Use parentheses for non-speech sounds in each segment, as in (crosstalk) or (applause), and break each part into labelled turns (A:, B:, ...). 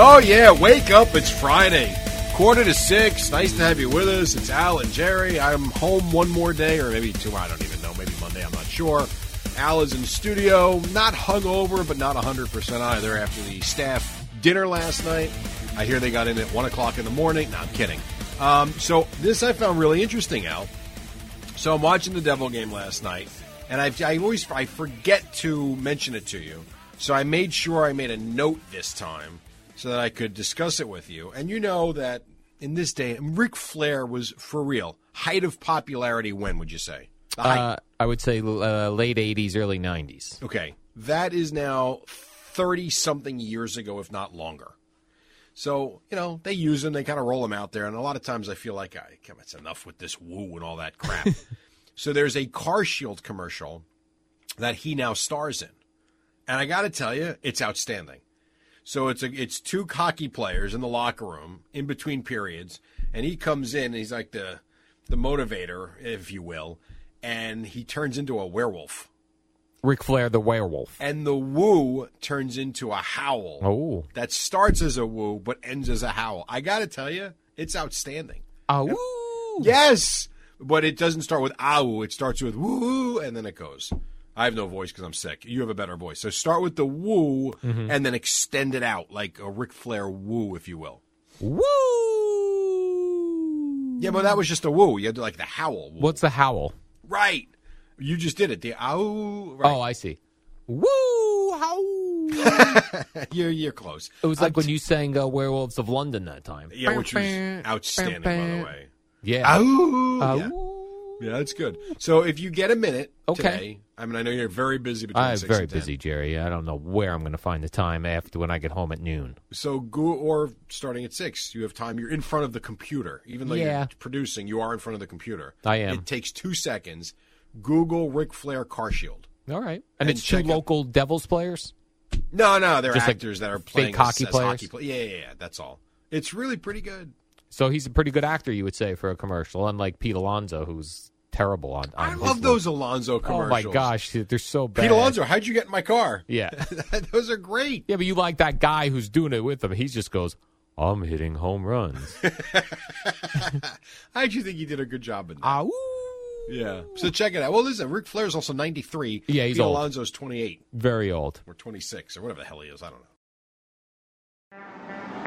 A: Oh, yeah, wake up. It's Friday. Quarter to six. Nice to have you with us. It's Al and Jerry. I'm home one more day, or maybe two. I don't even know. Maybe Monday. I'm not sure. Al is in studio. Not hungover, but not 100% either after the staff dinner last night. I hear they got in at 1 o'clock in the morning. No, I'm kidding. Um, so, this I found really interesting, Al. So, I'm watching the Devil game last night, and I've, I always I forget to mention it to you. So, I made sure I made a note this time so that I could discuss it with you. And you know that in this day, Ric Flair was for real. Height of popularity, when would you say? The height.
B: Uh, I would say uh, late 80s, early 90s.
A: okay. That is now 30 something years ago, if not longer. So, you know, they use them, they kind of roll them out there. And a lot of times I feel like, I, come, it's enough with this woo and all that crap. so there's a Car Shield commercial that he now stars in. And I got to tell you, it's outstanding. So it's a, it's two cocky players in the locker room in between periods, and he comes in and he's like the the motivator, if you will, and he turns into a werewolf,
B: Ric Flair, the werewolf.
A: and the woo turns into a howl
B: Oh.
A: that starts as a woo but ends as a howl. I gotta tell you, it's outstanding.
B: Ah, woo!
A: Yes, but it doesn't start with ow. It starts with woo, and then it goes. I have no voice because I'm sick. You have a better voice, so start with the woo and then extend it out like a Ric Flair woo, if you will.
B: Woo!
A: Yeah, but that was just a woo. You had to like the howl. Woo.
B: What's the howl?
A: Right. You just did it. The ow. Right.
B: Oh, I see. Woo! Howl!
A: you're you're close.
B: it was like when you sang uh, Werewolves of London that time.
A: Yeah, which was outstanding, by the way.
B: Yeah.
A: Ow.
B: Ah,
A: yeah.
B: woo.
A: yeah, that's good. So if you get a minute
B: Okay.
A: today, I mean, I know you're very busy between
B: I'm
A: Ah, six
B: very
A: and 10.
B: busy, Jerry. I don't know where I'm going to find the time after when I get home at noon.
A: So go or starting at six, you have time. You're in front of the computer, even though
B: Yeah.
A: you're producing. You are in front of the computer.
B: I am.
A: It takes two seconds. Google Ric Flair car shield.
B: All right.
A: And
B: And, it's two
A: check it.
B: local Devils players?
A: No, no, they're
B: Just like
A: actors that are
B: fake
A: playing as-
B: hockey
A: as
B: players?
A: play- Yeah, yeah, yeah. That's all. It's really pretty good.
B: So he's a pretty good actor, you would say, for a commercial, unlike Pete Alonso, who's terrible on, on
A: I
B: his
A: love
B: look.
A: those Alonzo
B: Oh, my
A: commercials.
B: gosh. They're so bad.
A: Pete Alonzo, how'd you get in my car? (laughs)
B: Yeah.
A: those are great.
B: Yeah, but you like that guy who's doing it with him. He just goes, I'm hitting home runs.
A: (laughs) I actually think he did a good job in that.
B: Ah, ooh.
A: yeah. So check it out. Well, listen, Ric Flair's also 93.
B: Yeah, he's
A: Pete
B: old.
A: Alonzo's 28
B: Very old.
A: or 26 or whatever the hell he is. I don't know.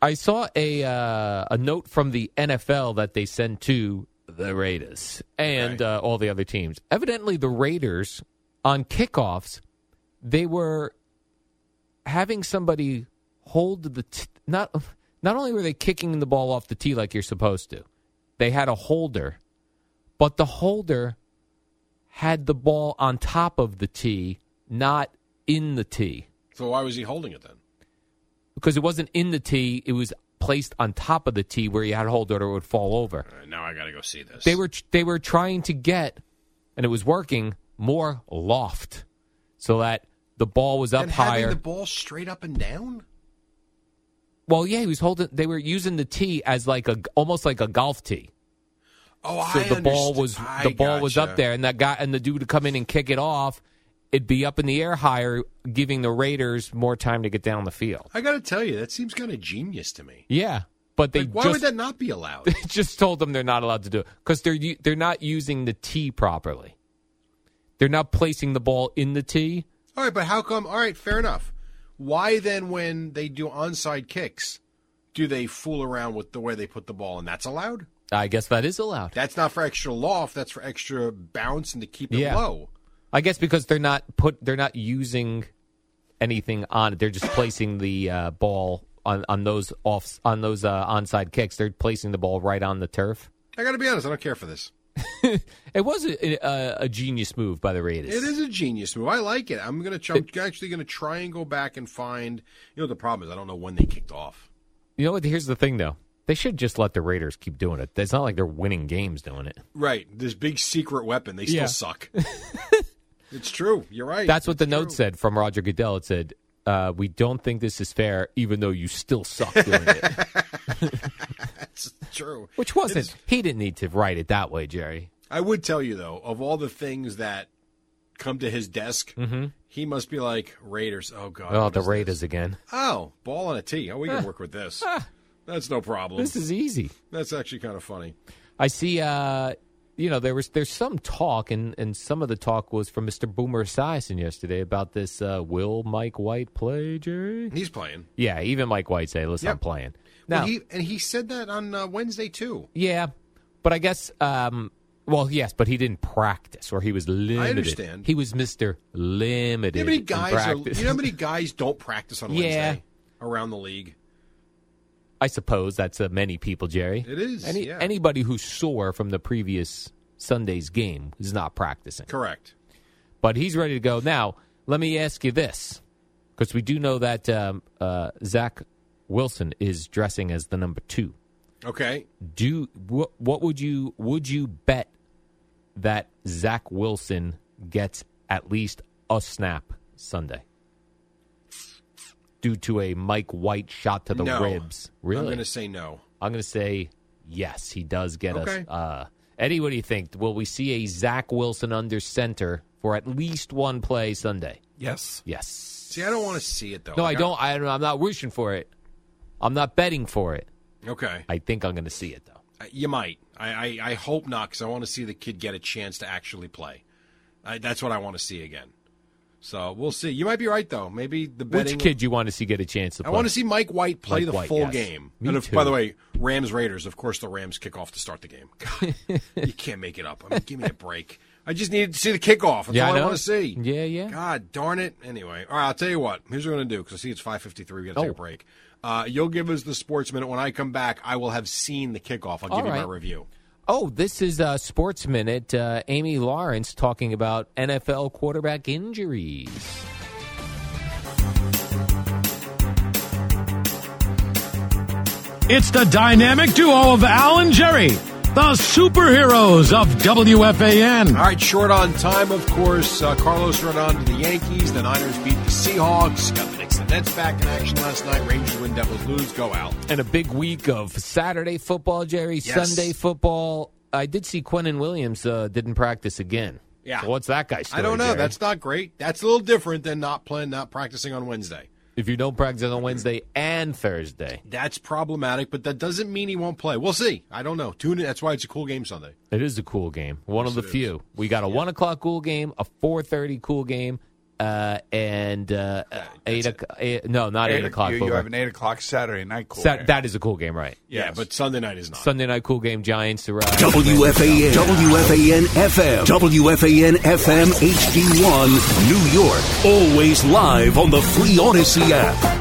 B: I saw a uh, a note from the NFL that they send to the Raiders and uh, all the other teams. Evidently, the Raiders on kickoffs they were having somebody hold the t- not not only were they kicking the ball off the tee like you're supposed to, they had a holder, but the holder had the ball on top of the tee, not in the tee
A: So why was he holding it then?
B: because it wasn't in the tee; it was placed on top of the tee where you had to hold it or it would fall over.
A: Uh, now I got to go see this.
B: They were they were trying to get, and it was working more loft, so that the ball was up
A: and having
B: higher.
A: the ball straight up and down.
B: well, yeah, he was holding. They were using the tee as like a almost like a golf tee.
A: Oh,
B: So
A: I
B: the ball
A: underst-
B: was
A: I
B: the ball was
A: gotcha.
B: up there, and that guy and the dude would come in and kick it off. It'd be up in the air higher, giving the Raiders more time to get down the field.
A: I got to tell you, that seems kind of genius to me.
B: Yeah, but they
A: Like, why
B: just
A: would that not be
B: (laughs)
A: allowed?
B: they just told them they're not allowed to do it because they're u- they're not using the tee properly. They're not placing the ball in the tee.
A: all right, but how come? All right, fair enough. Why then, when they do onside kicks, do they fool around with the way they put the ball, and that's allowed?
B: I guess that is allowed.
A: That's not for extra loft. That's for extra bounce and to keep it
B: Yeah.
A: low.
B: I guess because they're not put they're not using anything on it. They're just placing the uh, ball on on those offs on those uh, onside kicks. They're placing the ball right on the turf.
A: I got to be honest. I don't care for this.
B: It was a, a, a genius move by the Raiders.
A: It is a genius move. I like it. I'm gonna. Ch- I'm actually gonna try and go back and find. You know, the problem is I don't know when they kicked off.
B: You know what? Here's the thing, though. They should just let the Raiders keep doing it. It's not like they're winning games doing it.
A: Right. This big secret weapon. They still
B: Yeah. (laughs)
A: suck. it's true. You're right.
B: That's what the
A: It's
B: note
A: true.
B: said from Roger Goodell. It said, uh, "We don't think this is fair, even though you still suck
A: (laughs)
B: doing it,"
A: It's true.
B: which wasn't. He didn't need to write it that way, Jerry.
A: I would tell you though, of all the things that come to his desk,
B: Mm-hmm.
A: he must be like Raiders. Oh God.
B: Oh,
A: what
B: the
A: is (laughs)
B: Raiders again.
A: this? Oh, ball on a tee. Oh, we
B: (laughs)
A: can work with this. That's no problem.
B: This is easy.
A: That's actually kind of funny.
B: I see. Uh, you know, there was there's some talk, and and some of the talk was from Mr. Boomer Esiason yesterday about this. Uh, will Mike White play, Jerry?
A: He's playing.
B: Yeah, even Mike White say, "Listen, I'm
A: Yep.
B: playing."
A: Well,
B: Now,
A: he, and he said that on uh, Wednesday too.
B: yeah, but I guess, um, well, yes, but he didn't practice, or he was limited.
A: understand.
B: He was Mister Limited.
A: You know how many
B: in
A: guys are,
B: practice.
A: you know how many guys don't practice on
B: Yeah.
A: Wednesday around the league?
B: (laughs) I suppose that's uh, many people, Jerry.
A: It is,
B: Any,
A: yeah.
B: Anybody who's sore from the previous Sunday's game is not practicing.
A: Correct.
B: but he's ready to go. Now, let me ask you this because we do know that um, uh, Zach Wilson is dressing as the number two.
A: Okay.
B: Do what, what would you would you bet that Zach Wilson gets at least a snap Sunday due to a Mike White shot to the
A: No.
B: ribs? Really,
A: I'm going to say no.
B: I'm going to say yes. He does get
A: Okay.
B: us. Uh, Eddie, what do you think? Will we see a Zach Wilson under center for at least one play Sunday?
C: Yes.
B: Yes.
A: See, I don't want to see it though.
B: No, I
A: Like,
B: don't. I, I'm not wishing for it. I'm not betting for it.
A: Okay.
B: I think I'm going to see it though.
A: Uh, You might. I, I, I hope not because I want to see the kid get a chance to actually play. I, that's what I want to see again. So we'll see. You might be right though. Maybe the betting.
B: Which kid you want to see get a chance to
A: I
B: play?
A: want to see Mike White play
B: Mike
A: the
B: White,
A: full
B: yes.
A: game.
B: Me
A: and if,
B: too.
A: by the way, Rams Raiders. Of course, the Rams kick off to start the
B: (laughs)
A: game. God, you can't make it up. I mean, give me a break. I just needed to see the kickoff. That's
B: Yeah, I
A: all I,
B: know.
A: want to see.
B: Yeah, yeah.
A: God darn it. Anyway, all right. I'll tell you what. Here's what we're gonna do because I see it's 5:53. We gotta take
B: Oh.
A: a break. Uh, you'll give us the sports minute when I come back. I will have seen the kickoff. I'll give
B: All
A: you my
B: right.
A: review.
B: Oh, this is uh, Sports Minute. Uh, Amy Lawrence talking about NFL quarterback injuries.
D: It's the dynamic duo of Al and Jerry, the superheroes of WFAN.
A: All right, short on time, of course. Uh, Carlos Rodon to the Yankees. The Niners beat the Seahawks. Got the Knicks and Nets back in action last night. Rangers win, Devils lose. Go out.
B: And a big week of Saturday football, Jerry,
A: Yes.
B: Sunday football. I did see Quentin Williams uh, didn't practice again.
A: Yeah.
B: So what's that guy's story?
A: I don't know.
B: Jerry?
A: That's not great. That's a little different than not playing, not practicing on Wednesday.
B: if you don't practice on Wednesday and Thursday.
A: That's problematic, but that doesn't mean he won't play. We'll see. I don't know. Tune in. That's why it's a cool game Sunday.
B: It is a cool game. One of the few. We got a one o'clock cool game, a four thirty cool game, uh, and uh, eight, o'c- eight. No, not eight, o'clock.
C: You,
B: but
C: you have an eight o'clock Saturday night cool.
B: Sat-
C: game.
B: that is a cool game, right?
A: Yeah, but Sunday night is not.
B: Sunday night cool game. Giants uh, to rise.
E: WFAN, WFAN FM, WFAN FM HD1, New York. Always live on the Free Odyssey app.